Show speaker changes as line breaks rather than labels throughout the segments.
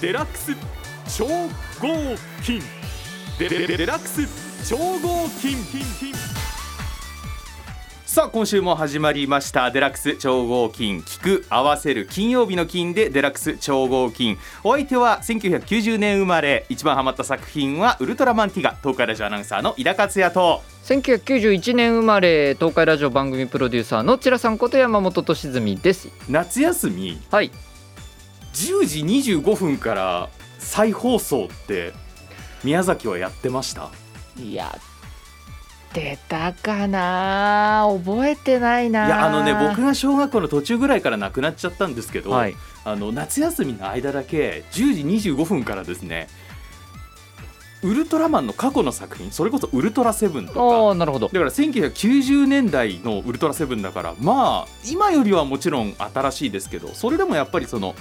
デラックス超合金デデデデラックス超合金さあ今週も始まりましたデラックス超合金聞く合わせる金曜日の金でデラックス超合金お相手は1990年生まれ一番ハマった作品はウルトラマンティガ東海ラジオアナウンサーの井田克也と
1991年生まれ東海ラジオ番組プロデューサーのちらさんこと山本俊澄です
夏休み
はい
10時25分から再放送って宮崎はやってました
やってたかな覚えてないない
やあのね僕が小学校の途中ぐらいからなくなっちゃったんですけど、
はい
あの夏休みの間だけ10時25分からですねウルトラマンの過去の作品それこそ「ウルトラセブン」と
あ
か
あなるほど
だから1990年代の「ウルトラセブン」だからまあ今よりはもちろん新しいですけどそれでもやっぱりその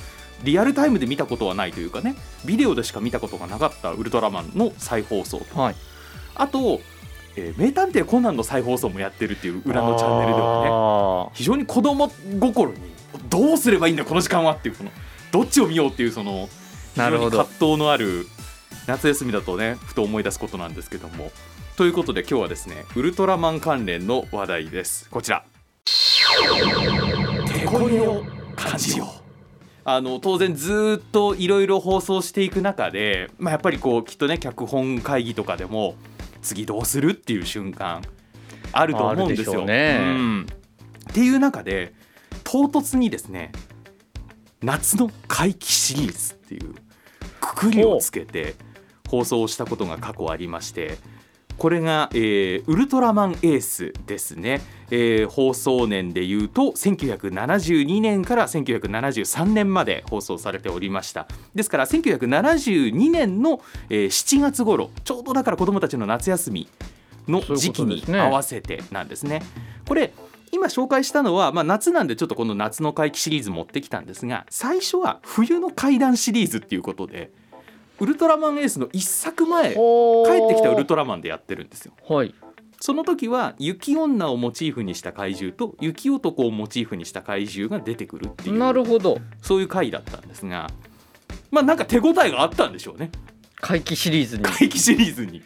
リアルタイムで見たことはないというかねビデオでしか見たことがなかった「ウルトラマン」の再放送と
はい
あと、えー名探偵コナン」の再放送もやってるっていう裏のチャンネルではね
は
非常に子供心にどうすればいいんだこの時間はっていうこのどっちを見ようっていうその非
な
常
る
に
ほど
葛藤のある夏休みだとねふと思い出すことなんですけどもということで今日はですねウルトラマン関連の話題ですこちらテコリを感じようあの当然ずーっといろいろ放送していく中で、まあ、やっぱりこうきっとね脚本会議とかでも次どうするっていう瞬間あると思うんです
あるでしょ
よ。
うね
うんっていう中で唐突にですね夏の怪奇シリーズっていうくくりをつけて放送したことが過去ありましてこれが、えーウルトラマンエース」ですね、えー放送年でいうと1972年から1973年まで放送されておりましたですから1972年の、えー7月頃ちょうどだから子どもたちの夏休みの時期に合わせてなんですね。これ今紹介したのは、まあ、夏なんでちょっとこの夏の怪奇シリーズ持ってきたんですが最初は冬の怪談シリーズっていうことでウルトラマンエースの一作前帰ってきたウルトラマンでやってるんですよ。
ラはい
その時は雪女をモチーフにした怪獣と雪男をモチーフにした怪獣が出てくるっていう
なるほど
そういう回だったんですがまあなんか手応えがあったんでしょうね
怪奇シリーズに
怪奇シリーズに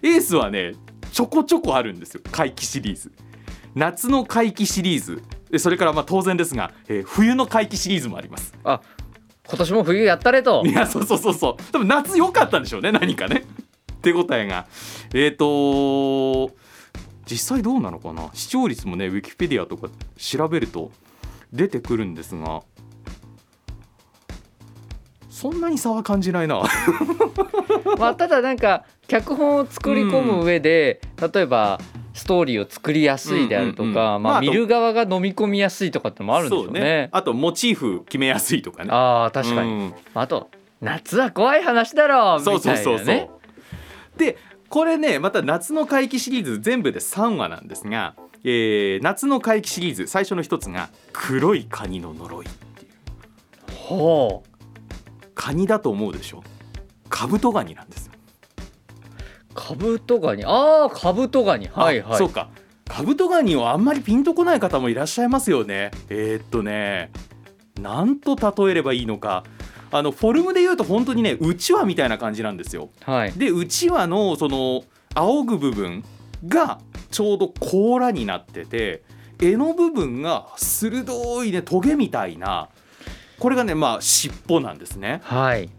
エースはねちょこちょこあるんですよ怪奇シリーズ夏の怪奇シリーズでそれからまあ当然ですが、えー冬の怪奇シリーズもあります
あ今年も冬やったれと
いやそうそうそうそう多分夏良かったんでしょうね何かね手応えがえっ、と実際どうなのかな視聴率もねウィキペディアとか調べると出てくるんですがそんなに差は感じないな
まあただなんか脚本を作り込む上で、例えばストーリーを作りやすいであると
うんうん
か、
うんま
ま
あ
あ
あと
見る側が飲み込みやすいとかってのもあるんでしょうね。
あとモチーフ決めやすいとかね
ああ確かに。
うん
あと夏は怖い話だろみたいな
そ
ね。
うそうそうそう、でこれねまた夏の怪奇シリーズ全部で3話なんですが、えー夏の怪奇シリーズ最初の一つが「黒いカニの呪い」っていう
ほう
カニだと思うでしょカブトガニなんですよ、
カブトガニああカブトガニはいは
あ
い。
そうかカブトガニをあんまりピンとこない方もいらっしゃいますよねえーっとねなんと例えればいいのかあのフォルムで言うと本当にねうちわみたいな感じなんですよ
はい。
でうちわのその仰ぐ部分がちょうど甲羅になってて柄の部分が鋭いねトゲみたいなこれがねまあ尻尾なんですね
はい。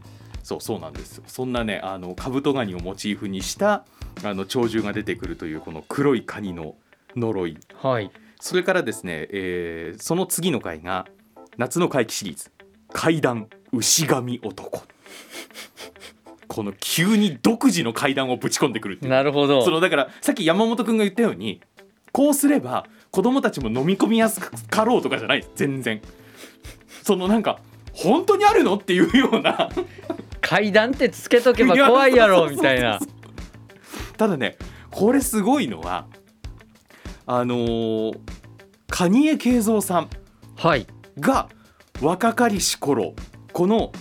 そうそうなんですよそんなねあのカブトガニをモチーフにしたあの鳥獣が出てくるというこの黒いカニの呪い
はい。
それからですね、えーその次の回が夏の怪奇シリーズ「怪談牛神男」この急に独自の怪談をぶち込んでくるっていう
なるほど。
そのだからさっき山本君が言ったようにこうすれば子供たちも飲み込みやすかろうとかじゃないです全然そのなんか本当にあるのっていうような
階段ってつけとけば怖いやろみたいな。
ただねこれすごいのはあのー、蟹江慶三さん
はい。
が若かりし頃この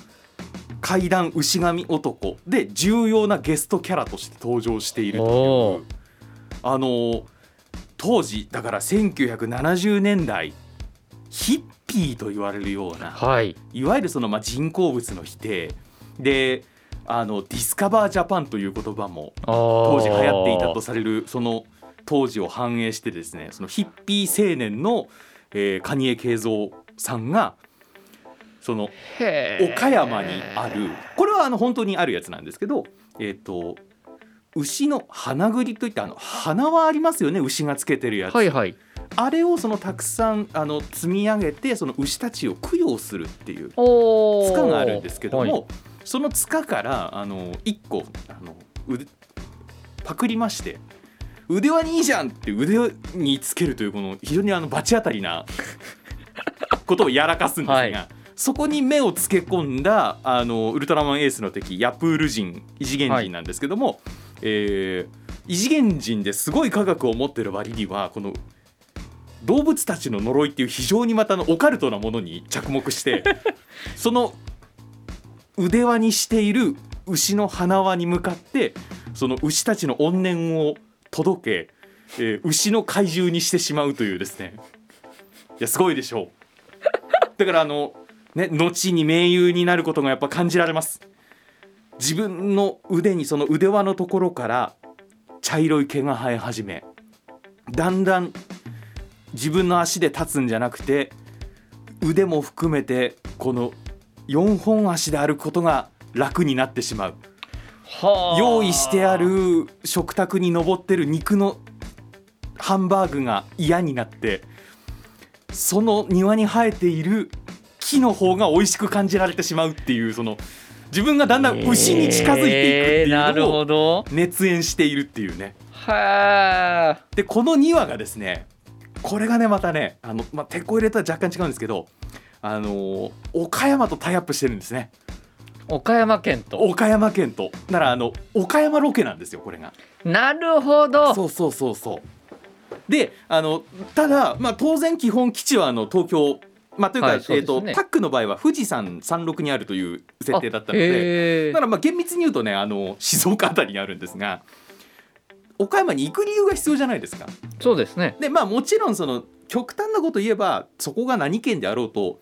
怪談牛神男で重要なゲストキャラとして登場していると
お
い
ー
うあのー当時だから1970年代ヒッピーと言われるような、
はい
いわゆるそのまあ人工物の否定であのディスカバージャパンという言葉も当
当
時流行っていたとされるその当時を反映してですねそのヒッピー青年の、えー、蟹江慶三さんがその岡山にあるこれはあの本当にあるやつなんですけど、えー、と牛の花栗といってあの鼻はありますよね牛がつけてるやつ、
はいはい
あれをそのたくさんあの積み上げてその牛たちを供養するっていう
お
塚があるんですけども、
はい
その塚からあの1個あの腕パクりまして腕輪にいいじゃんって腕につけるというこの非常にあの罰当たりなことをやらかすんですが、
はい
そこに目をつけ込んだあのウルトラマンエースの敵ヤプール人異次元人なんですけども、えー異次元人ですごい科学を持ってる割にはこの動物たちの呪いっていう非常にまたあのオカルトなものに着目してその腕輪にしている牛の鼻輪に向かってその牛たちの怨念を届け、えー牛の怪獣にしてしまうというですねいやすごいでしょうだからあのね後に盟友になることがやっぱ感じられます自分の腕にその腕輪のところから茶色い毛が生え始めだんだん自分の足で立つんじゃなくて腕も含めてこの4本足で歩くことが楽になってしまう
はあ
用意してある食卓に上ってる肉のハンバーグが嫌になってその庭に生えている木の方が美味しく感じられてしまうっていうその自分がだんだん牛に近づいていくって
えーないる
うの
ほ
を
ど
熱演しているっていうね。
はあ
でこの2話がですねこれがねまたねあの、まあ、鉄鋼入れとは若干違うんですけど、あのー岡山とタイアップしてるんですね
岡山県と
岡山県とならあの岡山ロケなんですよこれが
なるほど
そうそうそうそうであのただ、まあ、当然基本基地はあの東京まあ、というか、
はいそう
え
で
ー、
すね
とタックの場合は富士山山麓にあるという設定だったので、
へえ
だからまあ厳密に言うとねあの静岡あたりにあるんですが岡山に行く理由が必要じゃないですか。
そうですね
でまあもちろんその極端なこと言えばそこが何県であろうと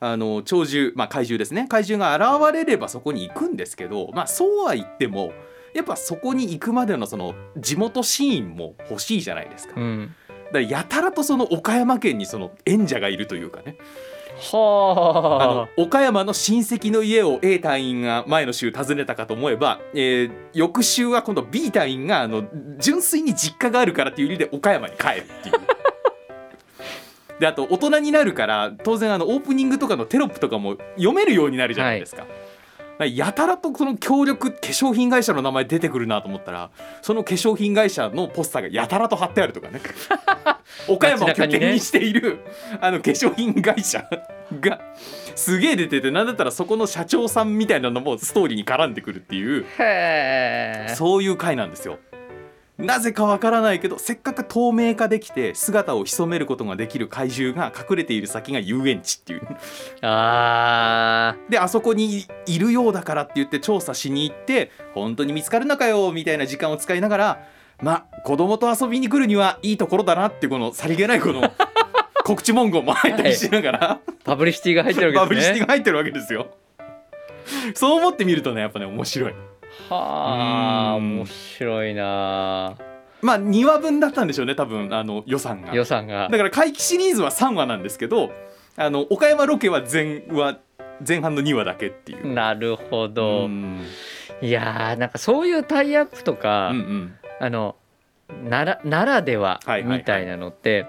あの鳥獣、まあ、怪獣ですね怪獣が現れればそこに行くんですけど、まあ、そうは言ってもやっぱそこに行くまでのその地元シーンも欲しいじゃないですか,、
う
だか
ん
らやたらとその岡山県にその縁者がいるというかねあの
は
岡山の親戚の家を A 隊員が前の週訪ねたかと思えば、えー翌週は今度 B 隊員があの純粋に実家があるからっていう理由で岡山に帰るっていう。であと大人になるから当然あのオープニングとかのテロップとかも読めるようになるじゃないですか。やたらとこの協力化粧品会社の名前出てくるなと思ったらその化粧品会社のポスターがやたらと貼ってあるとかね岡山を拠点にしている、あの化粧品会社がすげえ出ててなんだったらそこの社長さんみたいなのもストーリーに絡んでくるっていう
あへえ
そういう回なんですよ。なぜかわからないけどせっかく透明化できて姿を潜めることができる怪獣が隠れている先が遊園地っていう
あー
であそこにいるようだからって言って調査しに行って本当に見つかるのかよみたいな時間を使いながらまあ子供と遊びに来るにはいいところだなってこのさりげないこ の告知文言も入ったりしながら、
パブリシティが入 ってる
バ
わ
ブ
け
リ
で
シ
す
ティ
ね
が入ってるわけですよ。そう思ってみるとねやっぱね面白い。
はあ
うん
面白いな
まあ2話分だったんでしょうね多分あの予算が。
予算が
だから怪奇シリーズは3話なんですけどあの岡山ロケは前話前半の2話だけっていう。
なるほど、
うん
いやーなんかそういうタイアップとか、
うんうん
あのならならでは
はいはいはい
みたいなのって、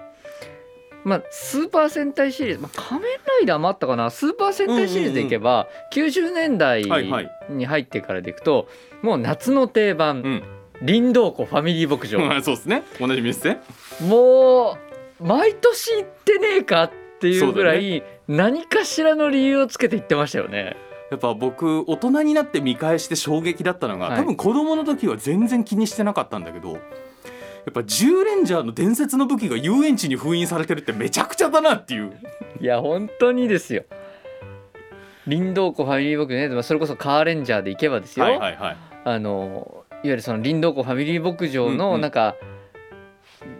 まあ、スーパー戦隊シリーズ、まあ、仮面ライダーもあったかなスーパー戦隊シリーズでいけば、90年代
はいはい
に入ってからでいくと、もう夏の定番、
うん
林道湖ファミリー牧場、
そうですね同じみですね。
もう毎年行ってねえかっていうぐらい何かしらの理由をつけて行ってましたよね。
やっぱ僕大人になって見返して衝撃だったのが、
はい
多分子供の時は全然気にしてなかったんだけどやっぱ10レンジャーの伝説の武器が遊園地に封印されてるってめちゃくちゃだなっていう
いや本当にですよ。林道湖ファミリー牧場ね、まあそれこそカーレンジャーで行けばですよ。
はいはいはい
あのいわゆるその林道湖ファミリー牧場
うんう
の
ん
なんか、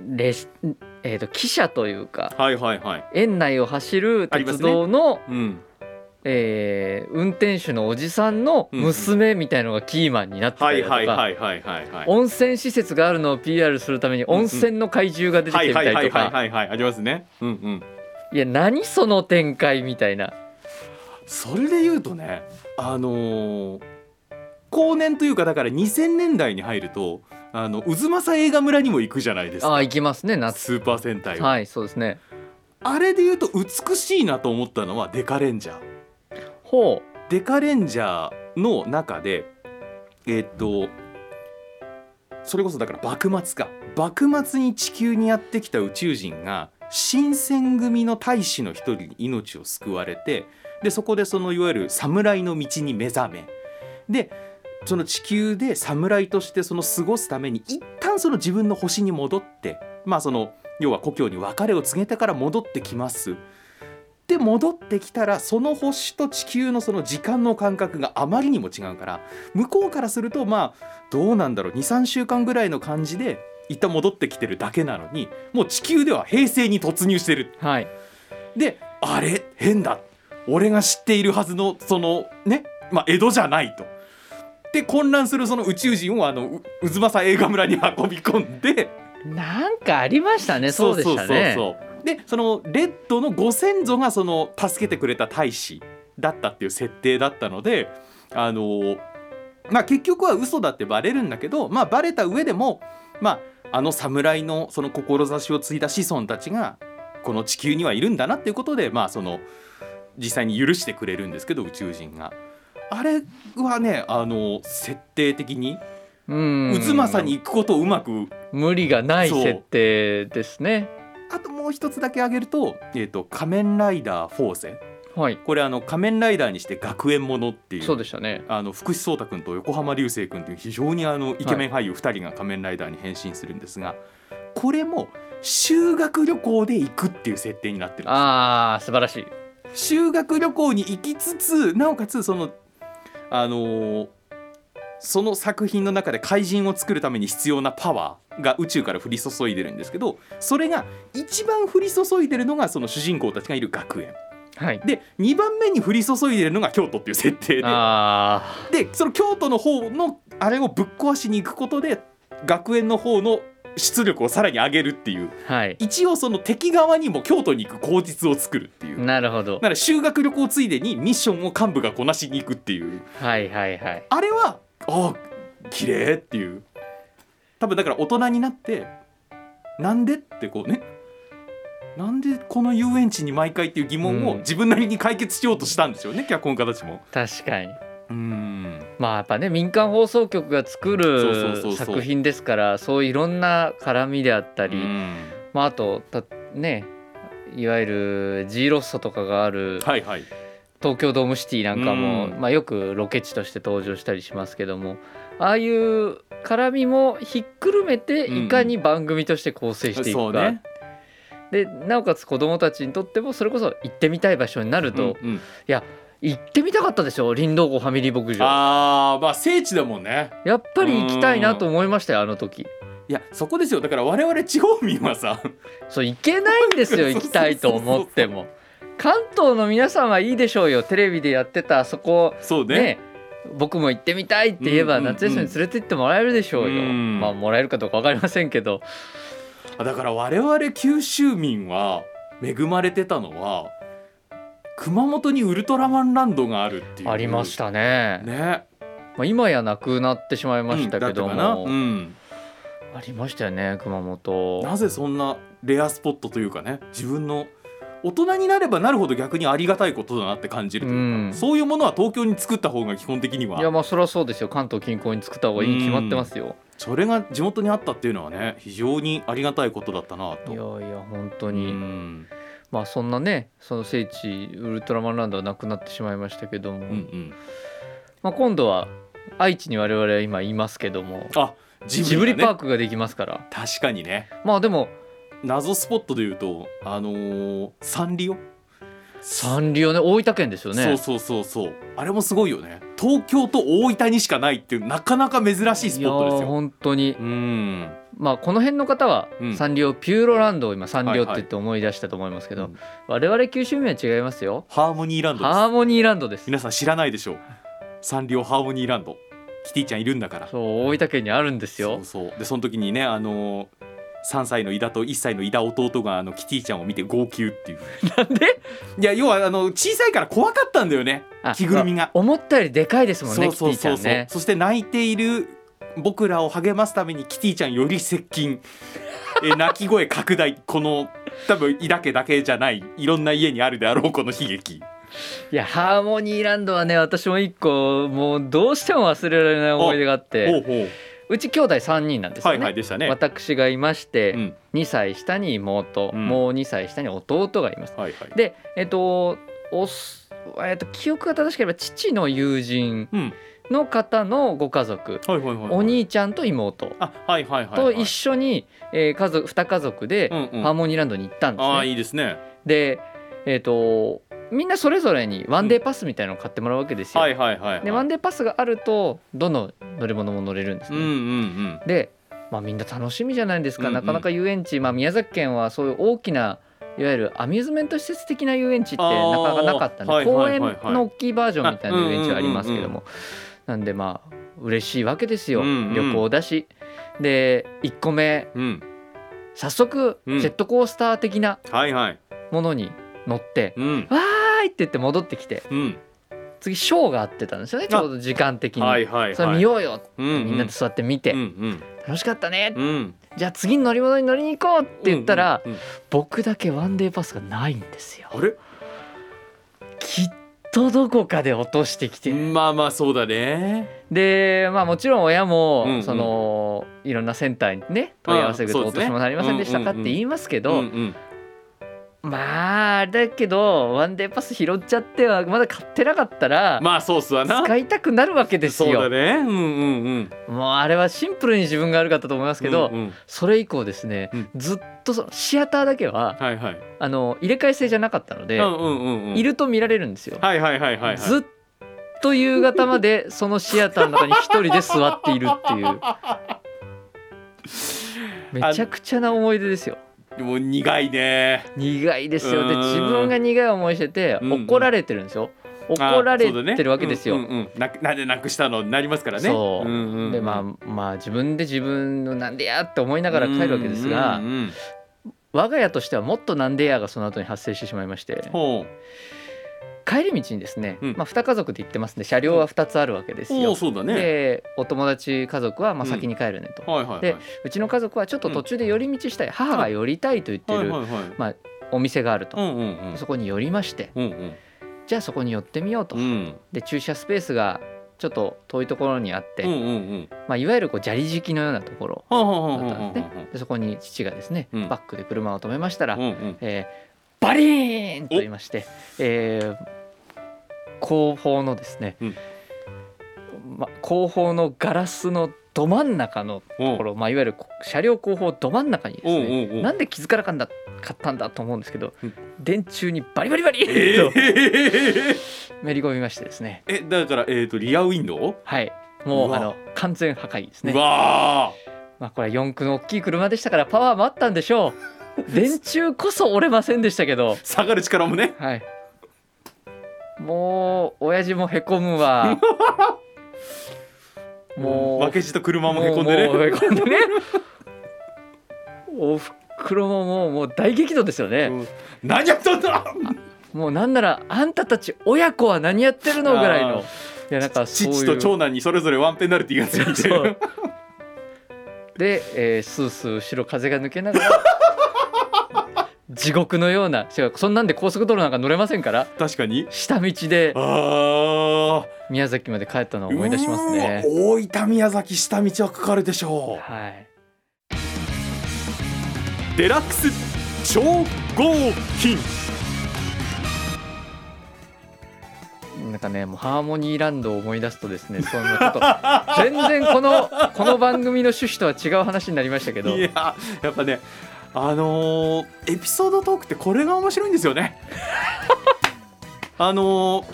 レスえー、と汽車というか
はいはいはい。
園内を走る
あります
鉄
ね
道の、
うん。
えー運転手のおじさんの娘みたいのがキーマンになってた
は
り
い
だとか、
はいはいはいはいはい。
温泉施設があるのを PR するために
ん
温泉の怪獣が出てき
は
て
い
みた
はいは
り
い
と
はい
か
はいはいありますね。うんうん。
いや何その展開みたいな
それで言うとね、あのー後年というかだから2000年代に入るとあの渦政映画村にも行くじゃないです
あ
か。
ー行きますね夏
スーパー戦隊は、
はいそうですね
あれで言うと美しいなと思ったのはデカレンジャー。
ほ
デカレンジャーの中でえーっとそれこそだから幕末か幕末に地球にやってきた宇宙人が新選組の大使の一人に命を救われてでそこでそのいわゆる侍の道に目覚めでその地球で侍としてその過ごすために一旦その自分の星に戻ってまあその要は故郷に別れを告げてから戻ってきます。で戻ってきたらその星と地球のその時間の感覚があまりにも違うから向こうからするとまあどうなんだろう23週間ぐらいの感じで一旦戻ってきてるだけなのにもう地球では平成に突入してる
うはい
であれ変だ俺が知っているはずのそのねまあ江戸じゃないと。で混乱するその宇宙人をあのう渦政映画村に運び込んで
なんかありましたねそうでしたね
そうそうそうそうでそのレッドのご先祖がその助けてくれた大使だったっていう設定だったのであのまあ結局は嘘だってバレるんだけどまあバレた上でもまああの侍のその志を継いだ子孫たちがこの地球にはいるんだなっていうことでまあその実際に許してくれるんですけど宇宙人が。あれはねあの設定的に
うん
渦政に行くことをうまく
無理がない
そう
設定ですね
あともう一つだけ挙げると「えー、と仮面ライダーフォーゼ
はい」
これあの仮面ライダーにして学園ものっていう
そうでしたね
あの福士蒼太君と横浜流星君という非常にあのイケメン俳優2人が仮面ライダーに変身するんですが、これも修学旅行で行くっていう設定になってるんで
あー素晴らしい
す修学旅行に行きつつなおかつそのあのーその作品の中で怪人を作るために必要なパワーが宇宙から降り注いでるんですけどそれが一番降り注いでるのがその主人公たちがいる学園
はい
で2番目に降り注いでるのが京都っていう設定
あ
ででその京都の方のあれをぶっ壊しに行くことで学園の方の出力をさらに上げるっていう
ーはい
一応その敵側にも京都に行く口実を作るっていう。
なるほど
だから修学旅行ついでにミッションを幹部がこなしに行くっていう
はいはいはい
あれはああ綺麗っていう多分だから大人になってなんでってこうねなんでこの遊園地に毎回っていう疑問
う
を
ん
自分なりに解決しようとしたんでしょうね、脚本家たちも。
確かに
うん
まあやっぱね民間放送局が作
そうそうそうそ
る
う
作品ですからそういろんな絡みであったり、まあ、あとたねいわゆる G ロッソとかがある
はいはい
東京ドームシティなんかも、
うん
まあ、よくロケ地として登場したりしますけどもああいう絡みもひっくるめて
うんうん
いかに番組として構成してい
そ
く
う
か、
ね
でなおかつ子どもたちにとってもそれこそ行ってみたい場所になると、
うんうん
行ってみたかったでしょ林道郷ファミリー牧場
あーまあ聖地だもんね
やっぱり行きたいなと思いましたよあの時。
いやそこですよだから我々地方民はさ
そう行けないんですよ
そうそうそうそう
行きたいと思っても関東の皆さんはいいでしょうよテレビでやってたあそこ
そうね
ね僕も行ってみたいって言えば、
うんうんうん
夏休みに連れて行ってもらえるでしょうよ、
うん
まあもらえるかどうか分かりませんけど
だから我々九州民は恵まれてたのは熊本にウルトラマンランドがあるっていう
ありましたね、
ね
まあ、今やなくなってしまいましたけど
うんだったかな
も、
うん
ありましたよね熊本
なぜそんなレアスポットというかね自分の大人になればなるほど逆にありがたいことだなって感じると
う
いうか、
ん
そういうものは東京に作った方が基本的に
いや
は
まあそりゃそうですよ関東近郊に作った方がいいに決まってますよ、
それが地元にあったっていうのはね非常にありがたいことだったなと。
いやいや本当
う
に、
ん
まあそんなねその聖地ウルトラマンランドはなくなってしまいましたけども、
うんうん、
まあ、今度は愛知に我々は今いますけども
あ
ジ
ジ
ブ,、
ブリ,、
リ
ね、
パークができますから
確かにね
まあでも
謎スポットでいうとあのーサンリオ
サンリオね大分県ですよね
そうそうそうそうあれもすごいよね東京と大分にしかないっていうなかなか珍しいスポットです
いやー
よ。
本当に
うん
まあこの辺の方は
うん
サンリオピューロランドを今サンリオ
は
って
いはい
言って思い出したと思いますけど、
うん
我々九州民は違いますよ
ハーモニーランドです
ハーモニーランドです
皆さん知らないでしょうサンリオハーモニーランドキティちゃんいるんだから
そう大分県にあるんですよ
そうそうでその時にねあのー3歳の伊田と1歳の伊田弟があのキティちゃんを見て号泣っていう
なんで
いや要はあの小さいから怖かったんだよね
あ
着ぐるみが
まあ思ったよりでかいですもんね
そうそうそう
キ
そ
ティちゃ
う
んね
そして泣いている僕らを励ますためにキティちゃんより接近え泣き声拡大この多分伊田家だけじゃないいろんな家にあるであろうこの悲劇
いやハーモニーランドはね私も一個もうどうしても忘れられない思い出があっ
ほ
て
うほう
うち兄弟3人なんですよ
は
ね、
いはいでしたね
私がいまして、
うん
2歳下に妹、
うん
もう2歳下に弟がいます
はいはい
でえっとおすえっと記憶が正しければ父の友人
うん
の方のご家族
はいはいはいはい
お兄ちゃんと妹
あはいはいはいは
と
い
一緒に、えー家族2家族で
うんうん
ハーモニーランドに行ったんですね。
ああいいですね
でえっとみんなそれぞれにワンデーパスみたいなのを買ってもらうわけですよ。
はいはいはいはい
でワンデーパスがあるとどの乗り物も乗れるんです
う
ね。
んうん
で、まあ、みんな楽しみじゃないですか、
うんうん
なかなか遊園地、まあ、宮崎県はそういう大きないわゆるアミューズメント施設的な遊園地って
あー
なかなかなかったんで、
はいはいはいはい
公園の大きいバージョンみたいな遊園地はありますけども、なんでまあ嬉しいわけですよ、
うんうん
旅行だしで1個目
うんうん
早速ジ
う
ェ
ん
ットコースター的な
はいはい
ものに乗って
うん
「わーい!」って言って戻ってきて
うん
次ショーがあってたんですよねちょうど時間的に。
はいはいはい
それ見ようよって
うんうん
みんなで座って見て、
うん
楽しかったね
うんうん
じゃあ次の乗り物に乗りに行こうって言ったら、
うんうんうん
僕だけワンデーパスがないんですよ
あれ
きっとどこかで落としてきて、
まあまあそうだね。
でまあもちろん親も、
うんうん
そのいろんなセンターにね問い合わせる
あ
と
あそう
落
ですね
とし物ありませんでしたかっ
うんうんう
て
ん
言いますけ
う
ど、
んうん
まああれだけどワンデーパス拾っちゃってはまだ買ってなかったら、
まあそうっすわな。
使いたくなるわけです
そうだ
よ
ね。うんうんうん。
もうあれはシンプルに自分が悪かったと思いますけど、
うんうん
それ以降ですね、
うん
ずっとそのシアターだけは
はいはい。
あの入れ替え制じゃなかったの
う
で、
んうんうんうん。
い。ると見られるんですよ、
はいはいはいはいはい。
ずっと夕方までそのシアターの中に一人で座っているっていうめちゃくちゃな思い出ですよ
もう苦いね。
苦いですよで
うーん
自分が苦い思いしてて
うんうん
怒られてるんですよ怒られてるわけですよ、
あそうだねうんうんうんなくなんでなくしたのになりますからね。
そうん
んん
でまあまあ自分で自分のなんでやって思いながら帰るわけですが、
うんうんうん
我が家としてはもっとなんでやがその後に発生してしまいまして
ほ
帰り道にですね、
うん
まあ、2家族で行ってますんで車両は2つあるわけです
う。お
よ
お、そうだね。
でお友達家族はまあ
うん
先に帰るねと、
はいはいはい。
でうちの家族はちょっと途中で寄り道したい、母が寄りたいと言って
はい
る
はいはい。
お店があると、
うんうんうん。
そこに寄りまして
うんうん。
じゃあそこに寄ってみようと、
うん
で駐車スペースがちょっと遠いところにあって、
うんうんうん。
まあ、いわゆるこう砂利敷きのようなところ
はあはあは
だ
あ
っ
はあ
たんですねでそこに父がですね、
うん
バックで車を止めましたら、
うんうん。
えーバリーンと言いまして、えー後方のですね、
うん
ま、後方のガラスのど真ん中のところ、まあ、いわゆるこ車両後方ど真ん中にです
おうお
ね、
うおう。
なんで 気づかなかったんだかったんだと思うんですけど、
うん
電柱にバリバリバリ
え
ッと
ー
めり込みましてですね
えだからえっとリアウィンドウ？
はいも
う
う
わ
あの完全破壊です
う
ね
わ
まあこれは四駆の大きい車でしたからパワーもあったんでしょ う電柱こそ折れませんでしたけど
ー下がる力もね
はい。もう親父もへこむ わ。もう
負けじと車もへこんでね
もうもうへこんでね。おふくろももうもう大激怒ですよね。
うん何やったんだ
もうなんならあんたたち親子は何やってるのぐらいの
あ。
いやなんかそういう。
父と長男にそれぞれワンペナルティがついて
そ
る
うで、えースースー後ろ風が抜けながら地獄のような違うそんなんで高速道路なんか乗れませんから
確かに
下道で
あ
宮崎まで帰ったの
あ
を思い出しますね。
大分宮崎下道はかかるでしょ
はい。
うデラックス超合金
なんかねもうハーモニーランドを思い出すとですねそのちょっと全然このこの番組の趣旨とは違う話になりましたけど
いややっぱねあのーエピソードトークってこれが面 白いんですよねあのー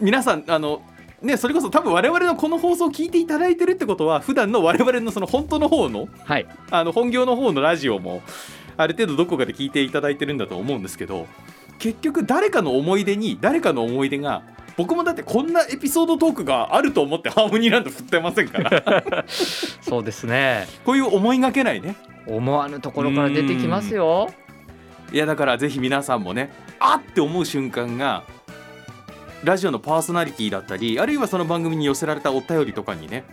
皆さんあのね、それこそ多分我々のこの放送を聞いていただいてるってことは普段の我々のその本当の方の
はい
あの本業の方のラジオもある程度どこかで聞いていただいてるんだと思うんですけど結局誰かの思い出に誰かの思い出が僕もだってこんなエピソードトークがあると思ってハーモニーランド振ってませんから
そうですね
こういう思いがけないね
思わぬところから出てきますよ
いやだからぜひ皆さんもねあって思う瞬間がラジオのパーソナリティだったりあるいはその番組に寄せられたお便りとかにね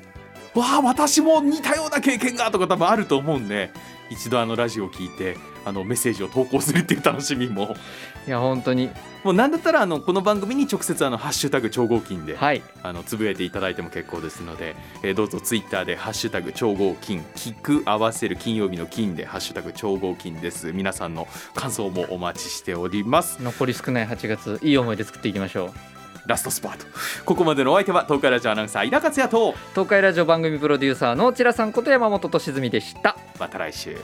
わあ私も似たような経験がとか多分あると思うんで一度あのラジオを聞いてあのメッセージを投稿するっていう楽しみも
いや本当に
もう何だったらあのこの番組に直接あの「ハッシュタグ超合金で」
はい
あのつぶやいていただいても結構ですので、えーどうぞツイッターで「ハッシュタグ超合金」「聞く合わせる金曜日の金」で「ハッシュタグ超合金」です皆さんの感想もお待ちしております
残り少ない8月いい思い出作っていきましょう
ラストスパートここまでのお相手は東海ラジオアナウンサー井田克也と
東海ラジオ番組プロデューサーのちらさんこと山本敏みでした
また来週。